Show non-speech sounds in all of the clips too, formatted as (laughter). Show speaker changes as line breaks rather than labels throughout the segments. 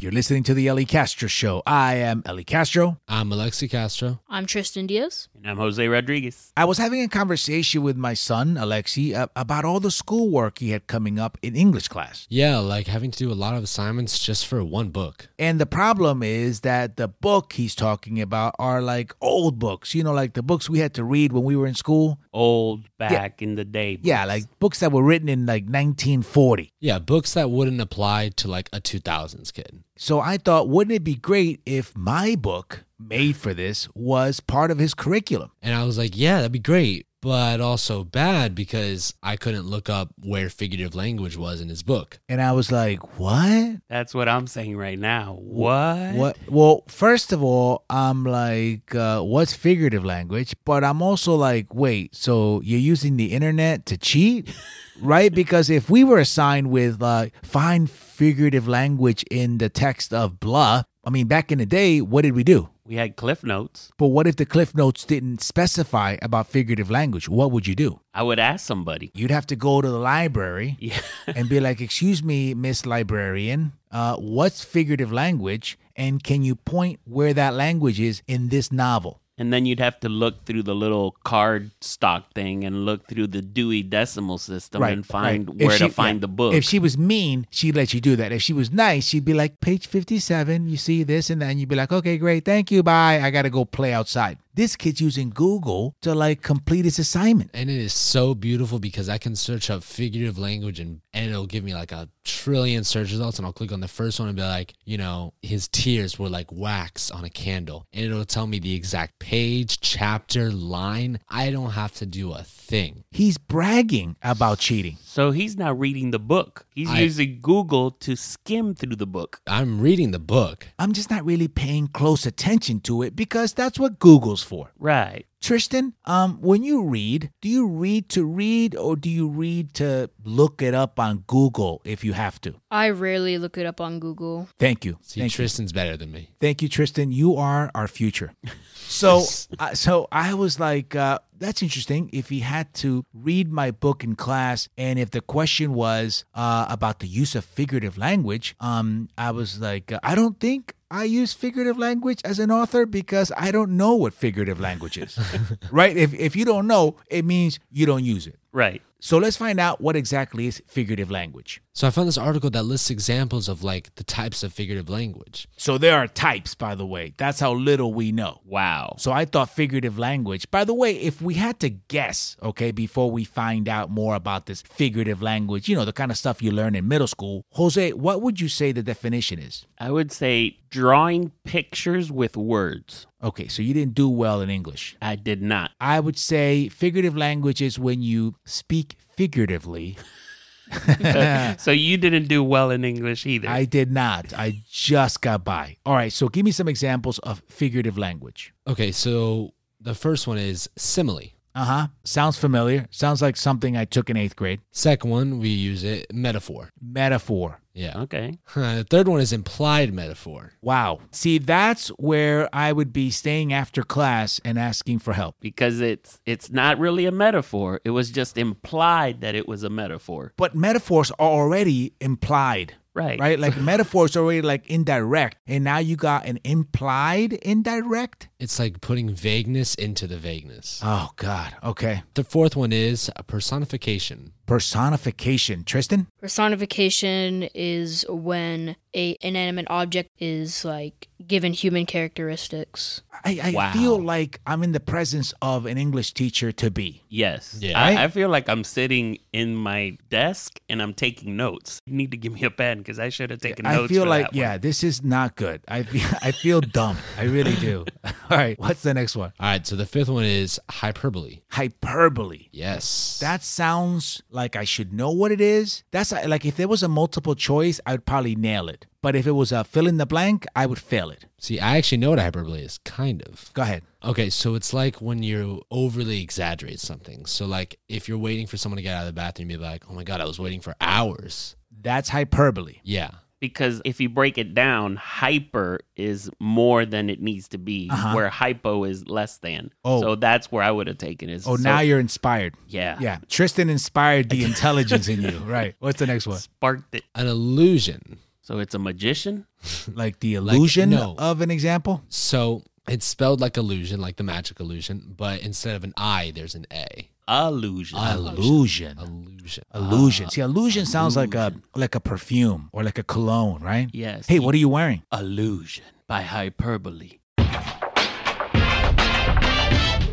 You're listening to the Ellie Castro Show. I am Ellie Castro.
I'm Alexi Castro.
I'm Tristan Diaz.
And I'm Jose Rodriguez.
I was having a conversation with my son, Alexi, uh, about all the schoolwork he had coming up in English class.
Yeah, like having to do a lot of assignments just for one book.
And the problem is that the book he's talking about are like old books, you know, like the books we had to read when we were in school.
Old back in the day.
Yeah,
books.
like books that were written in like 1940.
Yeah, books that wouldn't apply to like a 2000s kid.
So I thought, wouldn't it be great if my book, made for this, was part of his curriculum?
And I was like, yeah, that'd be great, but also bad because I couldn't look up where figurative language was in his book.
And I was like, what?
That's what I'm saying right now. What?
What? Well, first of all, I'm like, uh, what's figurative language? But I'm also like, wait, so you're using the internet to cheat, right? Because if we were assigned with uh, find figurative language in the text of blah, I mean, back in the day, what did we do?
We had Cliff Notes.
But what if the Cliff Notes didn't specify about figurative language? What would you do?
I would ask somebody. (laughs)
You'd have to go to the library
Yeah.
and be like, "Excuse me, Miss Librarian, uh, what's figurative language, and can you point where that language is in this novel?"
And then you'd have to look through the little card stock thing and look through the Dewey Decimal System and find
right. If
where
she-
to find
yeah.
the book.
If she was mean, she'd let you do that. If she was nice, she'd be like, "Page fifty-seven, you see this and that," and you'd be like, "Okay, great, thank you, bye. I gotta go play outside." This kid's using Google to like complete his assignment.
And it is so beautiful because I can search up figurative language and, and it'll give me like a trillion search results. And I'll click on the first one and be like, you know, his tears were like wax on a candle. And it'll tell me the exact page, chapter, line. I don't have to do a thing.
He's bragging about cheating.
so he's not reading the book. He's
I-
using Google to skim through the book.
I'm reading the book.
I'm just not really paying close attention to it because that's what Google's for.
Right.
Tristan, um, when you read, do you read to read or do you read to look it up on Google if you have to?
I rarely look it up on Google.
Thank you.
See,
Thank you.
Tristan's better than me.
Thank you, Tristan. You are our future. So, uh, so I was like, uh, that's interesting. If he had to read my book in class, and if the question was uh, about the use of figurative language, um, I was like, uh, I don't think I use figurative language as an author because I don't know what figurative language is. right? If if you don't know, it means you don't use it.
Right.
So let's find out what exactly is figurative language.
So I found this article that lists examples of like the types of figurative language.
So there are types, by the way. That's how little we know.
Wow.
So I thought figurative language. By the way, if we had to guess, okay, before we find out more about this figurative language, you know, the kind of stuff you learn in middle school, Jose, what would you say the definition is?
I would say drawing pictures with words.
Okay, so you didn't do well in English.
I did not.
I would say figurative language is when you speak figuratively. (laughs)
so you didn't do well in English either.
I did not. I just got by. All right, so give me some examples of figurative language.
Okay, so the first one is simile.
Uh huh. Sounds familiar. Sounds like something I took in eighth grade.
Second one, we use it metaphor.
Metaphor.
Yeah.
okay.
The third one is implied metaphor.
Wow. See, that's where I would be staying after class and asking for help.
Because it's it's not really a metaphor. It was just implied that it was a metaphor.
But metaphors are already implied,
Right.
right?
(laughs)
Like metaphors are already like indirect. And now you got an implied indirect.
It's like putting vagueness into the vagueness.
Oh, God. Okay.
The fourth one is a personification.
Personification. Tristan?
Personification is when a inanimate object is like given human characteristics.
I, I
Wow.
feel like I'm in the presence of an English teacher to be.
Yes.
Yeah.
I, I feel like I'm sitting in my desk and I'm taking notes. You need to give me a pen because I should have taken
I
notes.
feel
for
like,
that one.
yeah, this is not good. I feel, I feel dumb. I really
(laughs)
do. All right. What's the next one?
All right, so the fifth one is hyperbole.
Hyperbole.
Yes.
That sounds like I should know what it is. That's uh, like if there was a multiple choice, I would probably nail it. But if it was a fill in the blank, I would fail it.
See, I actually know what hyperbole is, kind of.
Go ahead.
Okay, so it's like when you overly exaggerate something. So, like, if you're waiting for someone to get out of the bathroom, you'd be like, oh my God, I was waiting for hours.
That's hyperbole.
Yeah.
Because if you break it down, hyper is more than it needs to be,
Uh-huh.
where hypo is less than.
Oh.
So that's where I would have taken it.
Oh,
So-
now you're inspired.
Yeah.
Yeah.
(laughs)
Tristan inspired the intelligence in you. Right. What's the next one?
Sparked it.
An illusion.
So it's a magician?
Like the illusion
no.
of an example?
So it's spelled like illusion, like the magic illusion, but instead of an I, there's an A.
Illusion.
Illusion.
Illusion.
Oh, Illusion. See, illusion sounds like a like a perfume or like a cologne, right?
Yes.
Hey, what are you wearing?
Illusion by hyperbole.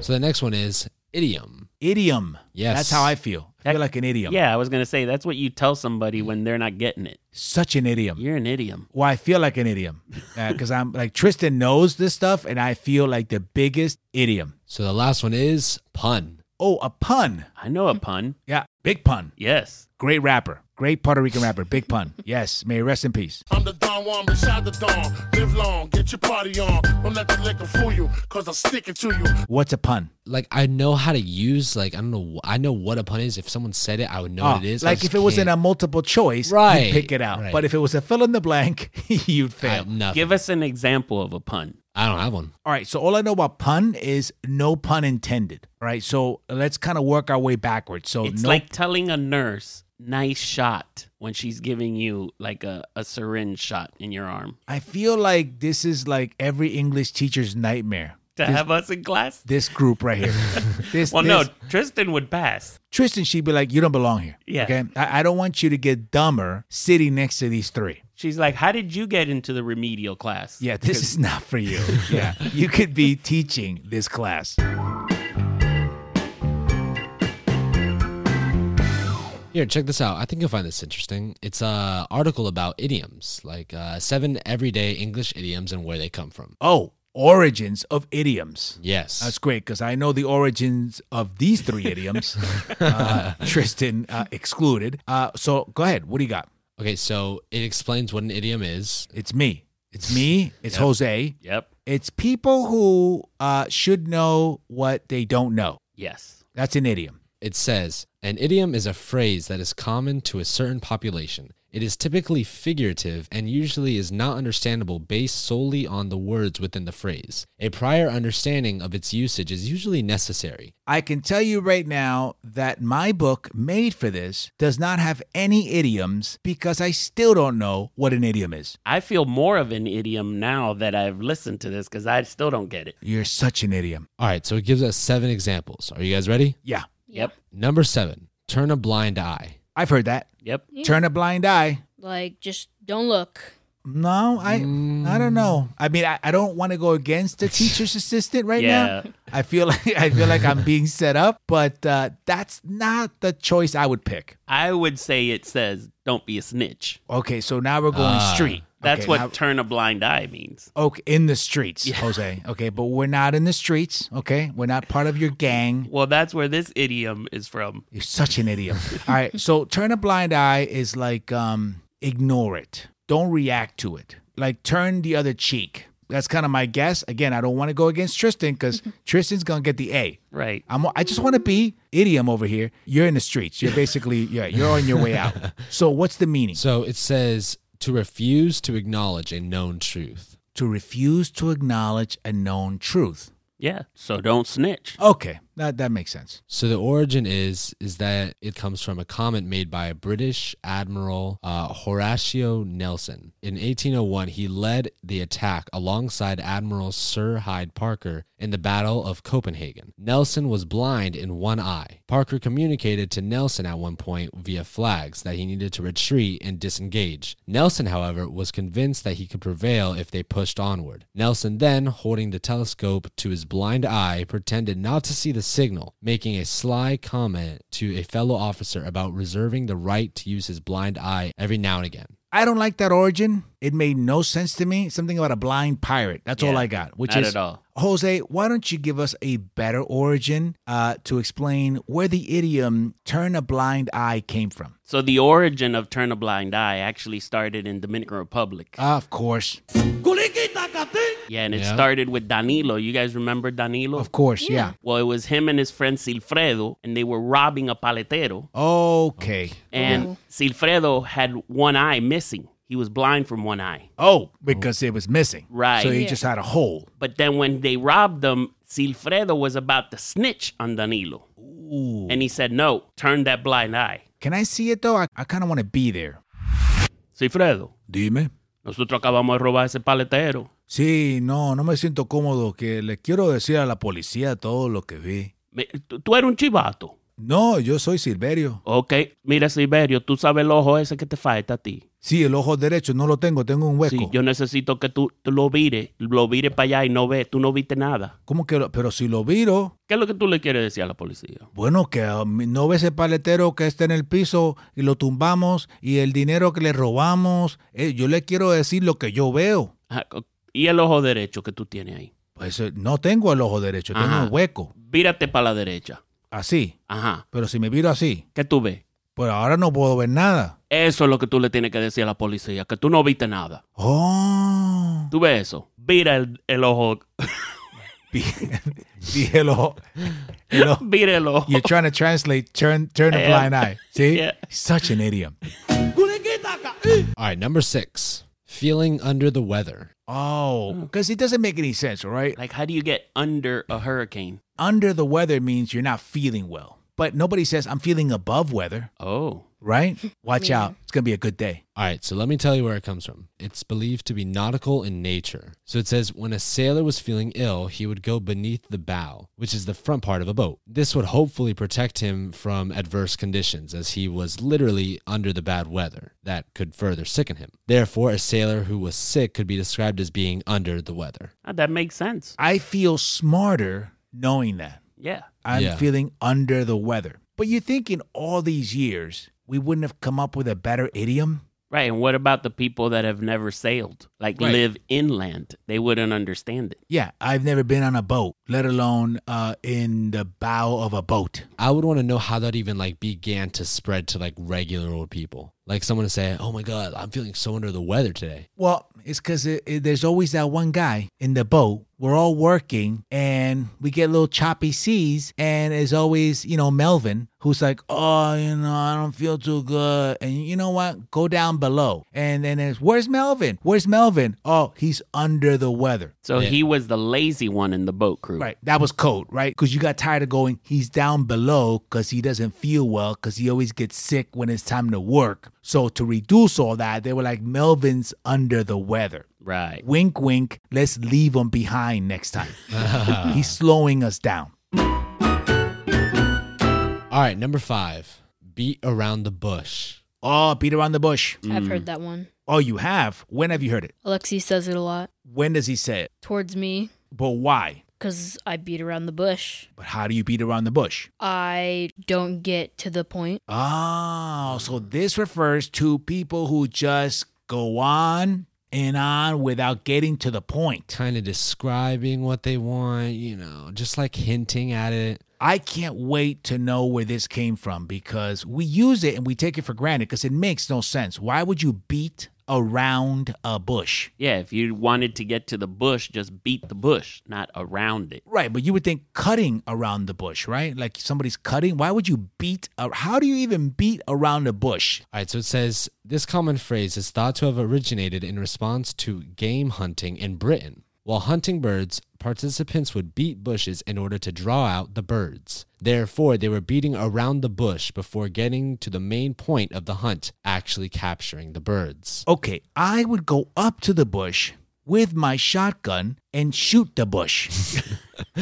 So the next one is idiom.
Idiom.
Yes.
That's how I feel. I feel
That-
like an idiom.
Yeah, I was gonna say that's what you tell somebody when they're not getting it.
Such an idiom.
You're an idiom.
Well, I feel like an idiom
(laughs)
because I'm like Tristan knows this stuff, and I feel like the biggest idiom.
So the last one is pun.
Oh, a pun.
I know a pun.
Yeah, big pun.
Yes.
Great rapper. Great Puerto Rican rapper. Big
(laughs)
pun. Yes. May he rest in peace.
I'm the Don Juan beside the Don. Live long, get your party on. Don't let the liquor fool you, cause I'm sticking to you.
What's a pun?
Like I know how to use. Like I don't know. I know what a pun is. If someone said it, I would know
Oh,
what it is. I
like
just
if it was in
can't-
a multiple choice,
Right,
you'd pick it out.
right.
But if it was a fill in the blank, (laughs) you'd
I
fail.
have nothing.
Give us an example of a pun.
I don't have one.
All right, so all I know about pun is no pun intended. All right, so let's kind of work our way backwards. So
It's
no,
like telling a nurse, nice shot, when she's giving you like a, a syringe shot in your arm.
I feel like this is like every English teacher's nightmare.
To have us in class?
This group right
(laughs)
here. this,
Well,
this-
no, Tristan would pass.
Tristan, she'd be like, "You don't belong here."
Yeah.
Okay, I, I don't want you to get dumber sitting next to these three.
She's like, How did you get into the remedial class?
Yeah, this is not for you. yeah, you could be teaching this class.
Here, check this out. I think you'll find this interesting. It's a article about idioms, like uh, seven everyday English idioms and where they come from.
Oh, origins of idioms.
Yes.
That's great because I know the origins of these three idioms,
(laughs)
uh, Tristan uh, excluded. Uh, so go ahead. What do you got?
okay, so it explains what an idiom is.
It's me. It's me. It's
Yep.
Jose.
Yep.
It's people who uh, should know what they don't know.
Yes.
That's an idiom.
It says an idiom is a phrase that is common to a certain population. It is typically figurative and usually is not understandable based solely on the words within the phrase. A prior understanding of its usage is usually necessary.
I can tell you right now that my book made for this does not have any idioms because I still don't know what an idiom is.
I feel more of an idiom now that I've listened to this because I still don't get it.
You're such an idiom.
All right, so it gives us seven examples. Are you guys ready?
Yeah,
Yep.
Number seven, turn a blind eye.
I've heard that.
Yep.
Yeah.
Turn a blind eye.
Like just don't look.
No, I I don't know. I mean, I, I don't want to go against the teacher's assistant right
yeah.
now. I feel (laughs) like I feel like I'm being set up, but uh, that's not the choice I would pick.
I would say it says, Don't be a snitch.
Okay, so now we're going
Ah.
street.
That's
Okay,
what
now-
turn a blind eye means.
okay, in the streets, Jose. Okay, but we're not in the streets. Okay, we're not part of your gang.
Well, that's where this idiom is from.
You're such an idiom. All right, so turn a blind eye is like um, ignore it. Don't react to it. Like turn the other cheek. That's kind of my guess. Again, I don't want to go against Tristan because Tristan's gonna get the A.
Right.
I'm, I just want to be idiom over here. You're in the streets. You're basically yeah. You're on your way out. So what's the meaning?
So it says to refuse to acknowledge a known truth.
to refuse to acknowledge a known truth.
Yeah. So don't snitch.
Okay, that that makes sense.
So the origin is is that it comes from a comment made by a British admiral uh, Horatio Nelson. In 1801, he led the attack alongside Admiral Sir Hyde Parker in the Battle of Copenhagen. Nelson was blind in one eye. Parker communicated to Nelson at one point via flags that he needed to retreat and disengage. Nelson, however, was convinced that he could prevail if they pushed onward. Nelson then, holding the telescope to his blind eye, pretended not to see the signal, making a sly comment to a fellow officer about reserving the right to use his blind eye every now and again.
I don't like that origin. It made no sense to me. Something about a blind pirate. That's all
Yeah,
I got. Which
not
is
at all.
Jose, why don't you give us a better origin uh, to explain where the idiom "turn a blind eye" came from?
So the origin of turn a blind eye actually started in Dominican Republic.
Ah, of course,
yeah, and it
Yeah.
started with Danilo. You guys remember Danilo?
of course, yeah.
Well, it was him and his friend Silfredo, and they were robbing a paletero.
Okay.
And Silfredo had one eye missing. He was blind from one eye.
Oh, because it was missing.
Right.
So he
Yeah.
just had a hole.
But then when they robbed them, Silfredo was about to snitch on Danilo.
Ooh.
And he said, No, turn that blind eye.
Can I see it though? I, I kind of want to be there.
Silfredo,
Dime.
Nosotros acabamos de robar ese paletero.
Sí, no, no me siento cómodo que le quiero decir a la policía todo lo que vi.
Me- tú- Tú eres un chivato.
No, yo soy Silverio.
Ok, mira Silverio, tú sabes el ojo ese que te falta a ti.
Sí, el ojo derecho no lo tengo, tengo un hueco.
Sí, yo necesito que tú, tú lo vires, lo vires para allá y no ve, tú no viste nada.
¿Cómo que lo- Pero si lo viro,
¿Qué es lo que tú le quieres decir a la policía?
Bueno, que um, no ve ese paletero que está en el piso y lo tumbamos y el dinero que le robamos. Eh, yo le quiero decir lo que yo veo.
Ah, co- Y el ojo derecho que tú tienes ahí.
Pues eh, no tengo el ojo derecho, tengo
Ajá.
un hueco.
Vírate para la derecha.
Así.
Ajá.
Pero si me viro así,
¿Qué tú ves?
pues ahora no puedo ver nada.
Eso es lo que tú le tienes que decir a la policía, que tú no viste nada.
Oh. (laughs)
¿Tú ves eso? Vira el, el ojo.
Vi- vi el ojo. El ojo.
Vira el ojo.
You're trying to translate turn, turn a blind eye. See?
Eh, Yeah.
Such an idiom.
All right, number six, feeling under the weather.
Oh, because it doesn't make any sense, all right?
Like, how do you get under a hurricane?
Under the weather means you're not feeling well. But nobody says, I'm feeling above weather.
Oh.
right? Watch out. It's going to be a good day.
All right, so let me tell you where it comes from. It's believed to be nautical in nature. So it says when a sailor was feeling ill, he would go beneath the bow, which is the front part of a boat. This would hopefully protect him from adverse conditions, as he was literally under the bad weather that could further sicken him. Therefore, a sailor who was sick could be described as being under the weather.
Ah, that makes sense.
I feel smarter knowing that.
Yeah.
I'm
Yeah.
feeling under the weather. But you think in all these years, we wouldn't have come up with a better idiom?
Right. And what about the people that have never sailed? Like,
Right.
live inland. They wouldn't understand it.
Yeah, I've never been on a boat, let alone uh, in the bow of a boat.
I would want to know how that even like began to spread to like regular old people. Like someone to say, "Oh my god, I'm feeling so under the weather today."
Well, it's because it, it- there's always that one guy in the boat. We're all working and we get little choppy seas. And it's always, you know, Melvin who's like, oh, you know, I don't feel too good. And you know what? Go down below. And then it's, where's Melvin? Where's Melvin? Oh, he's under the weather.
So
Yeah.
he was the lazy one in the boat crew.
Right. That was code, right? Because you got tired of going, he's down below because he doesn't feel well because he always gets sick when it's time to work. So to reduce all that, they were like, Melvin's under the weather.
Right.
Wink, wink. Let's leave him behind next time. He's slowing us down.
All right, number 5, beat around the bush.
Oh, beat around the bush.
I've heard that one.
Oh, you have? When have you heard it?
Alexi says it a lot
When does he say it?
towards me
But why?
because I beat around the bush.
But how do you beat around the bush?
I don't get to the point.
Oh, so this refers to people who just go on and on without getting to the point.
kind of describing what they want, you know, just like hinting at it.
I can't wait to know where this came from because we use it and we take it for granted because it makes no sense. Why would you beat around a bush?
Yeah. If you wanted to get to the bush, just beat the bush, not around it.
Right, but you would think cutting around the bush, right? Like somebody's cutting. Why would you beat? A, how do you even beat around the bush?
All right, so it says this common phrase is thought to have originated in response to game hunting in Britain. While hunting birds, participants would beat bushes in order to draw out the birds. Therefore, they were beating around the bush before getting to the main point of the hunt, actually capturing the birds.
Okay, I would go up to the bush with my shotgun and shoot the bush. (laughs)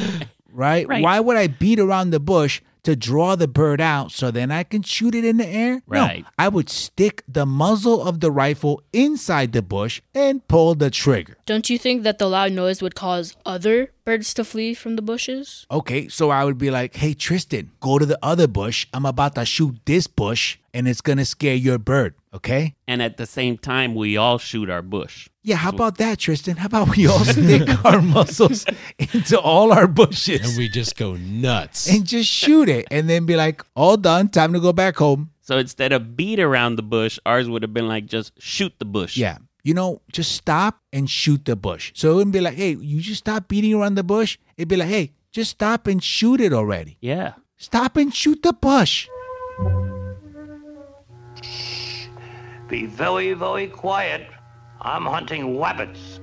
right?
Right.
Why would I beat around the bush to draw the bird out so then I can shoot it in the air?
Right.
No, I would stick the muzzle of the rifle inside the bush and pull the trigger.
Don't you think that the loud noise would cause other birds to flee from the bushes?
Okay, so I would be like, hey, Tristan, go to the other bush. I'm about to shoot this bush and it's gonna scare your bird, okay?
And at the same time, we all shoot our bush.
Yeah, how about that, Tristan? How about we all
(laughs)
stick our muscles into all our
And
bushes
we just go nuts.
and just shoot it and then be like, all done, time to go back home.
So instead of beat around the bush, ours would have been like just shoot the bush.
Yeah. You know, just stop and shoot the bush. So it wouldn't be like, hey, you just stop beating around the bush. It'd be like, hey, just stop and shoot it already.
Yeah.
Stop and shoot the bush.
Be very, very quiet. I'm hunting (laughs) wabbits.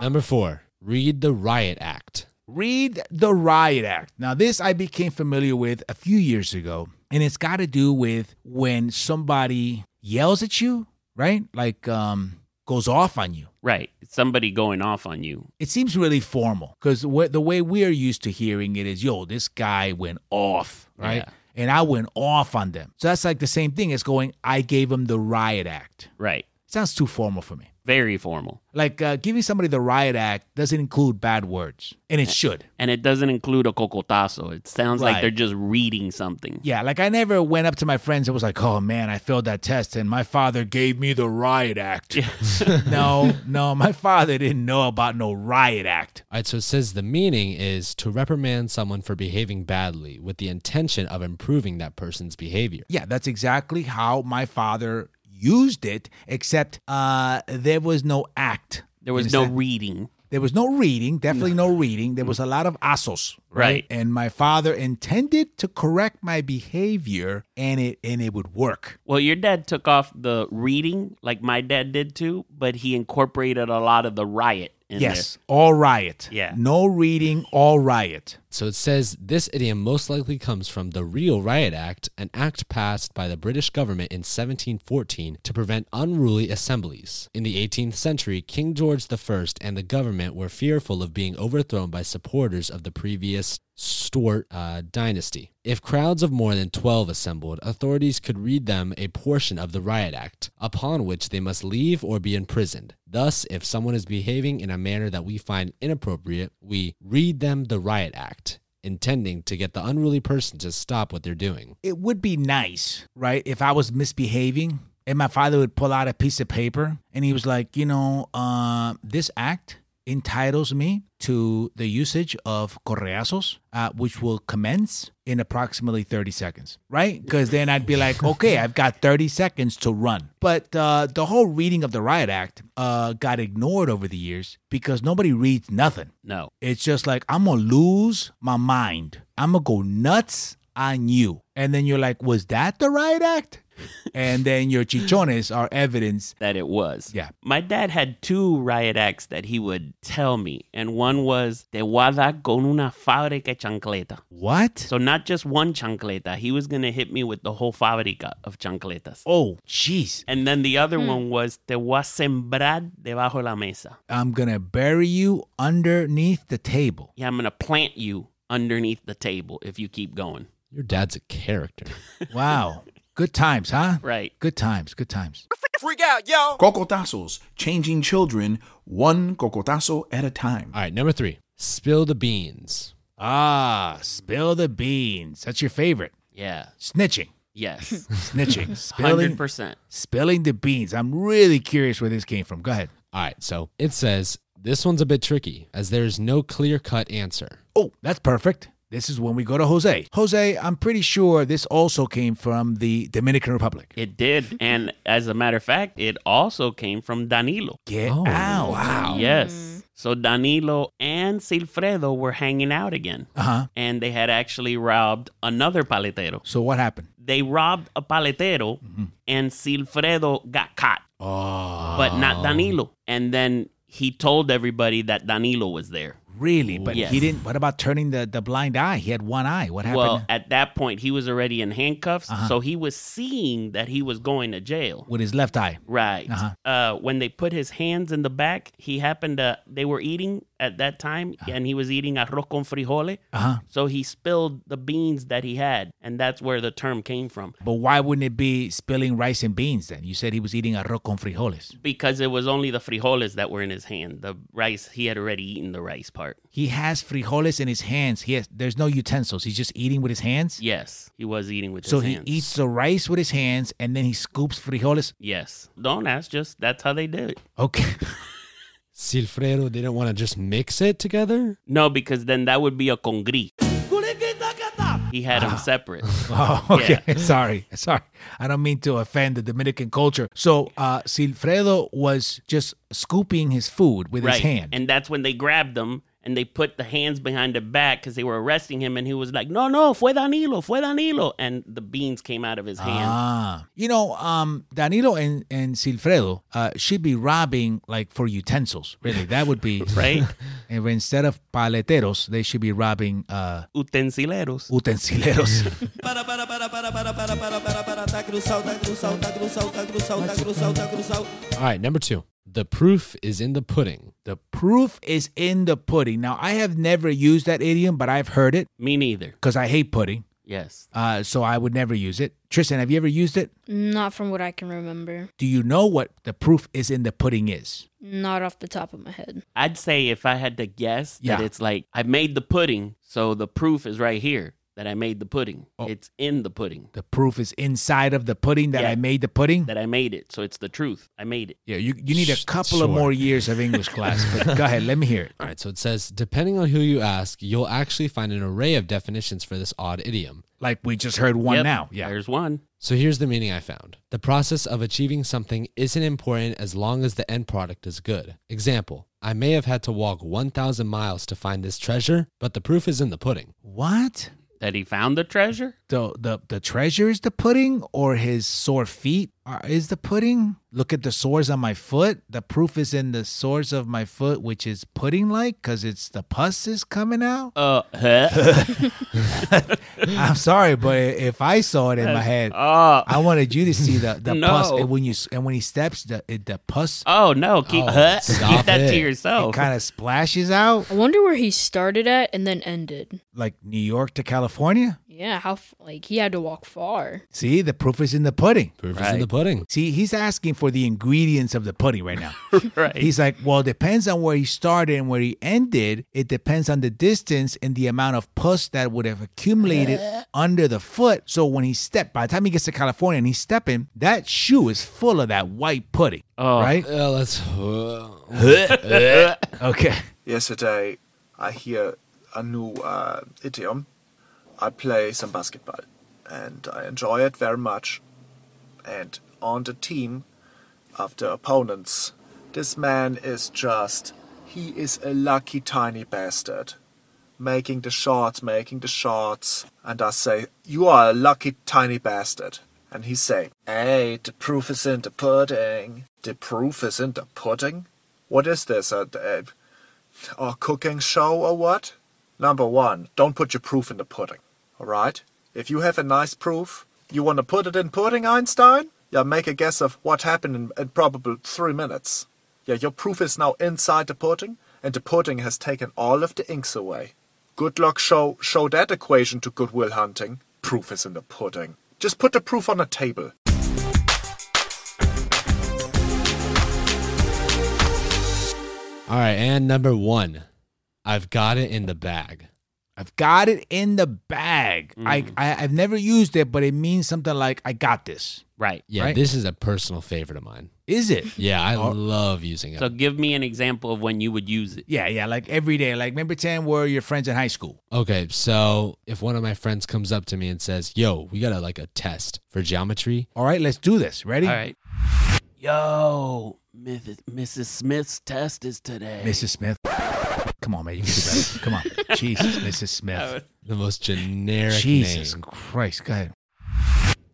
Number four, read the Riot Act.
Read the Riot Act. Now, this I became familiar with a few years ago, and it's got to do with when somebody yells at you, right? Like um, goes off on you.
Right. Somebody going off on you.
It seems really formal because the way we're used to hearing it is, yo, this guy went off, right?
Yeah.
And I went off on them. So that's like the same thing as going, I gave him the riot act.
Right.
Sounds too formal for me.
Very formal.
Like uh, giving somebody the riot act doesn't include bad words, and it should.
And it doesn't include a cocotazo. It sounds
Right.
like they're just reading something.
Yeah, like I never went up to my friends and was like, "Oh man, I failed that test, and my father gave me the riot act." (laughs)
(laughs)
no, no, my father didn't know about no riot act.
All right, so it says the meaning is to reprimand someone for behaving badly with the intention of improving that person's behavior.
Yeah, that's exactly how my father used it, except uh, there was no act.
There was no
Understand?
reading.
There was no reading, definitely no reading. There was a lot of asos, right?
Right.
And my father intended to correct my behavior, and it and it would work.
Well, your dad took off the reading like my dad did too, but he incorporated a lot of the riot in
yes, all riot.
Yeah.
no reading, all riot.
So it says this idiom most likely comes from the Real Riot Act, an act passed by the British government in 1714 to prevent unruly assemblies. In the 18th century, King George I and the government were fearful of being overthrown by supporters of the previous Stuart uh, dynasty. If crowds of more than 12 assembled, authorities could read them a portion of the Riot Act, upon which they must leave or be imprisoned. Thus, if someone is behaving in a manner that we find inappropriate, we read them the Riot Act, intending to get the unruly person to stop what they're doing.
it would be nice, right, if I was misbehaving and my father would pull out a piece of paper and he was like, you know, uh, this act entitles me to the usage of correazos, uh, which will commence in approximately 30 seconds, right? Because then I'd be like, okay, I've got 30 seconds to run. But uh, the whole reading of the Riot Act uh, got ignored over the years because nobody reads nothing.
there. No.
It's just like I'm gonna lose my mind. I'm gonna go nuts on you. And then you're like, was that the right
(laughs)
act? and then your chichones are evidence.
that it was.
Yeah.
My dad had two riot acts that he would tell me, and one was Te guada con una fábrica chancleta.
What?
So not just one chancleta, he was gonna hit me with the whole fábrica of chancletas.
Oh, jeez.
And then the other one was Te voy a sembrar debajo la mesa.
I'm gonna bury you underneath the table.
Yeah, I'm gonna plant you underneath the table if you keep going.
Your dad's a character.
(laughs)
Wow. Good times, huh?
Right.
Good times. Good times.
Cocotazos, changing children one cocotazo at a time.
All right, number three spill the beans.
Ah, spill the beans. That's your favorite.
Yeah.
Snitching.
Yes.
(laughs)
(laughs)
Snitching.
Hundred
Spilling.
percent.
Spilling the beans. I'm really curious where this came from. Go ahead.
All right, so it says this one's a bit tricky as there is no clear cut answer.
Oh, that's perfect. This is when we go to Jose. Jose, I'm pretty sure this also came from the Dominican Republic.
It did. And as a matter of fact, it also came from Danilo.
Get
Oh,
out. Wow.
Yes. So Danilo and Silfredo were hanging out again.
Uh huh.
And they had actually robbed another paletero.
So what happened?
They robbed a paletero
Mm-hmm.
and Silfredo got caught,
Oh,
but not Danilo. And then he told everybody that Danilo was there.
really? But
Yes.
he didn't. What about turning the, the blind eye? He had one eye. What happened Uh-huh.
Well, at that point, he was already in handcuffs. So he was seeing that he was going to jail.
with his left eye?
Right.
Uh-huh.
Uh, when they put his hands in the back, he happened to. They were eating at that time, and he was eating arroz con frijole.
Uh-huh.
So he spilled the beans that he had, and that's where the term came from.
But why wouldn't it be spilling rice and beans then? You said he was eating arroz con frijoles.
Because it was only the frijoles that were in his hand. The rice, he had already eaten the rice part.
He has frijoles in his hands. He has, there's no utensils. He's just eating with his hands.
Yes, he was eating with
so
his
he
hands.
eats the rice with his hands and then he scoops frijoles.
Yes. Don't ask, just that's how they did it.
Okay.
Silfredo didn't want to just mix it together?
No, because then that would be a congri. He had
Ah. (laughs)
them separate.
Oh, okay. sorry, sorry. I don't mean to offend the Dominican culture. So, uh, Silfredo was just scooping his food with his hand.
And that's when they grabbed them and they put the hands behind their back because they were arresting him, and he was like, "No, no, fue Danilo, fue Danilo," and the beans came out of his hand.
Ah, you know, um, Danilo and and Silfredo uh, should be robbing like for utensils. Really, that would be
Right?
(laughs) And instead of paleteros, they should be robbing uh,
Utensileros.
utensileros.
Para, para, para, para, para, para, para, para, para, tá cruzado, tá cruzado, tá cruzado, tá cruzado, tá cruzado, tá cruzado.
All right, number two. The proof is in the pudding.
the proof is in the pudding. Now, I have never used that idiom, but I've heard it
Me neither.
because I hate pudding,
Yes.
uh, so I would never use it. Tristan, have you ever used it?
Not from what I can remember.
Do you know what the proof is in the pudding is?
Not off the top of my head.
I'd say if I had to guess
Yeah.
that it's like I made the pudding, so the proof is right here that I made the pudding. It's in the pudding
The proof is inside of the pudding that
Yeah.
I made the pudding.
that I made it. So it's the truth. I made it.
yeah, you, you need a
Sh-
couple of
sure.
more years of English class. But go ahead, let me hear it.
All right, so it says depending on who you ask, you'll actually find an array of definitions for this odd idiom.
Like we just heard one
Yep,
now. Yeah.
There's one.
So here's the meaning I found. The process of achieving something isn't important as long as the end product is good. Example, I may have had to walk 1,000 miles to find this treasure, but the proof is in the pudding.
What?
That he found the treasure?
The, the the treasure is the pudding or his sore feet are, is the pudding look at the sores on my foot the proof is in the sores of my foot which is pudding like because it's the pus is coming out
Uh, huh?
i'm sorry but if i saw it in my head
oh,
i wanted you to see
(laughs)
the, the
No.
pus and when you s- and when he steps the it, the pus
oh no. Keep,
Oh,
huh?
stop
keep that to
it.
yourself.
kind of splashes out
I wonder where he started at and then ended.
like new york to california
Yeah, how f- like he had to walk far.
see the proof is in the pudding
Proof is in the
Right.
pudding.
see he's asking for the ingredients of the pudding right now
(laughs) right.
He's like, well, it depends on where he started and where he ended. It depends on the distance and the amount of pus that would have
(laughs)
accumulated under the foot. So when he stepped, by the time he gets to California and he's stepping, that shoe is full of that white pudding.
Oh.
Right?
Uh, let's. (sighs)
Okay.
Yesterday, I hear a new uh, idiom. I play some basketball, and I enjoy it very much. And on the team, after opponents, this man is just—he is a lucky tiny bastard, making the shots, making the shots. And I say, "You are a lucky tiny bastard." And he say, "Hey, the proof is in the pudding. The proof is in the pudding. What is this? A, a, or cooking show or what? Number one, don't put your proof in the pudding. Alright? If you have a nice proof, you want to put it in pudding, Einstein? Yeah, make a guess of what happened in, in probably three minutes. Yeah, your proof is now inside the pudding, and the pudding has taken all of the inks away. Good luck show show that equation to Goodwill Hunting. Proof is in the pudding. Just put the proof on a table.
All right, and number one, I've got it in the bag.
I've got it in the bag. I,
Mm-hmm.
I, I've never used it, but it means something like, I got this.
right. Oh.
Yeah,
Right.
this is a personal favorite of mine.
Is
(laughs)
it?
Yeah, I love using it.
So give me an example of when you would use it.
Yeah, yeah. Like every day. Like, remember 10 were your friends in high school.
Okay, so if one of my friends comes up to me and says, "Yo, we got a, like a test for geometry,"
All right, let's do this. Ready?
All right. Yo, Mrs. Mrs. Smith's test is today.
Mrs. Smith. Come on, man. You can do better.
(laughs)
Come on. Jesus, Mrs. Smith.
the most generic
Jesus
name.
Christ. Go ahead.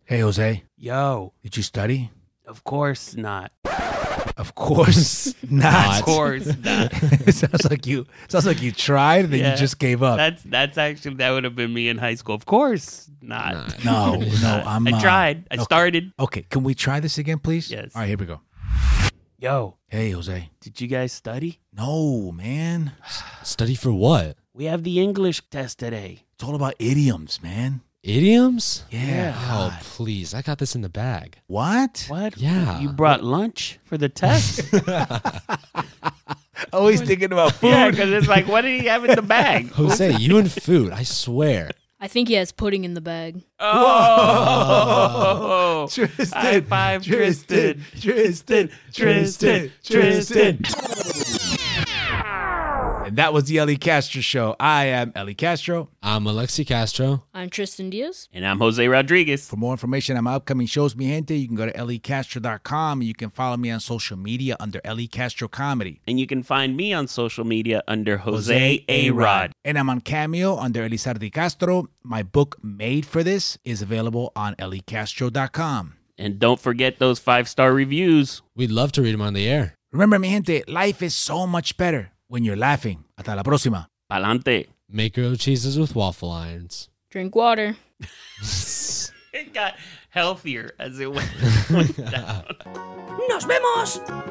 Hey, Jose,
Yo,
did you study?
of course not.
Of course
(laughs)
not.
Of course not.
it (laughs) sounds like you sounds like you tried and then
Yeah.
you just gave up.
That's that's actually that would have been me in high school. Of course not.
Nah.
no,
(laughs)
no, I'm
I
uh,
tried. I
okay.
started.
Okay, can we try this again, please?
Yes.
All right, here we go.
Yo,
Hey, Jose.
did you guys study?
No, man.
Study for what?
We have the English test today.
It's all about idioms, man.
Idioms?
Yeah.
Oh,
God.
please. I got this in the bag.
What?
What?
Yeah.
You brought lunch for the test?
Always Oh, thinking about food.
(laughs) yeah, because it's like, what did he have in the bag?
(laughs) Jose, you and food, I swear.
I think he has pudding in the bag.
Oh,
Tristan,
(laughs) High five, Tristan.
Tristan, Tristan, Tristan,
Tristan.
And that was the Ellie Castro Show. I am Ellie Castro.
I'm Alexi Castro.
I'm Tristan Diaz.
And I'm Jose Rodriguez.
For more information on my upcoming shows, mi gente, you can go to elliecastro.com and you can follow me on social media under Ellie Castro Comedy.
And you can find me on social media under Jose A Rod.
And I'm on Cameo under Elizardi Castro. My book, Made for This, is available on elliecastro.com.
And don't forget those five star reviews.
We'd love to read them on the air.
Remember, mi gente, life is so much better when you're laughing. Hasta la próxima.
Palante.
Make grilled cheeses with waffle irons.
Drink water.
It got healthier as it went down.
¡Nos vemos!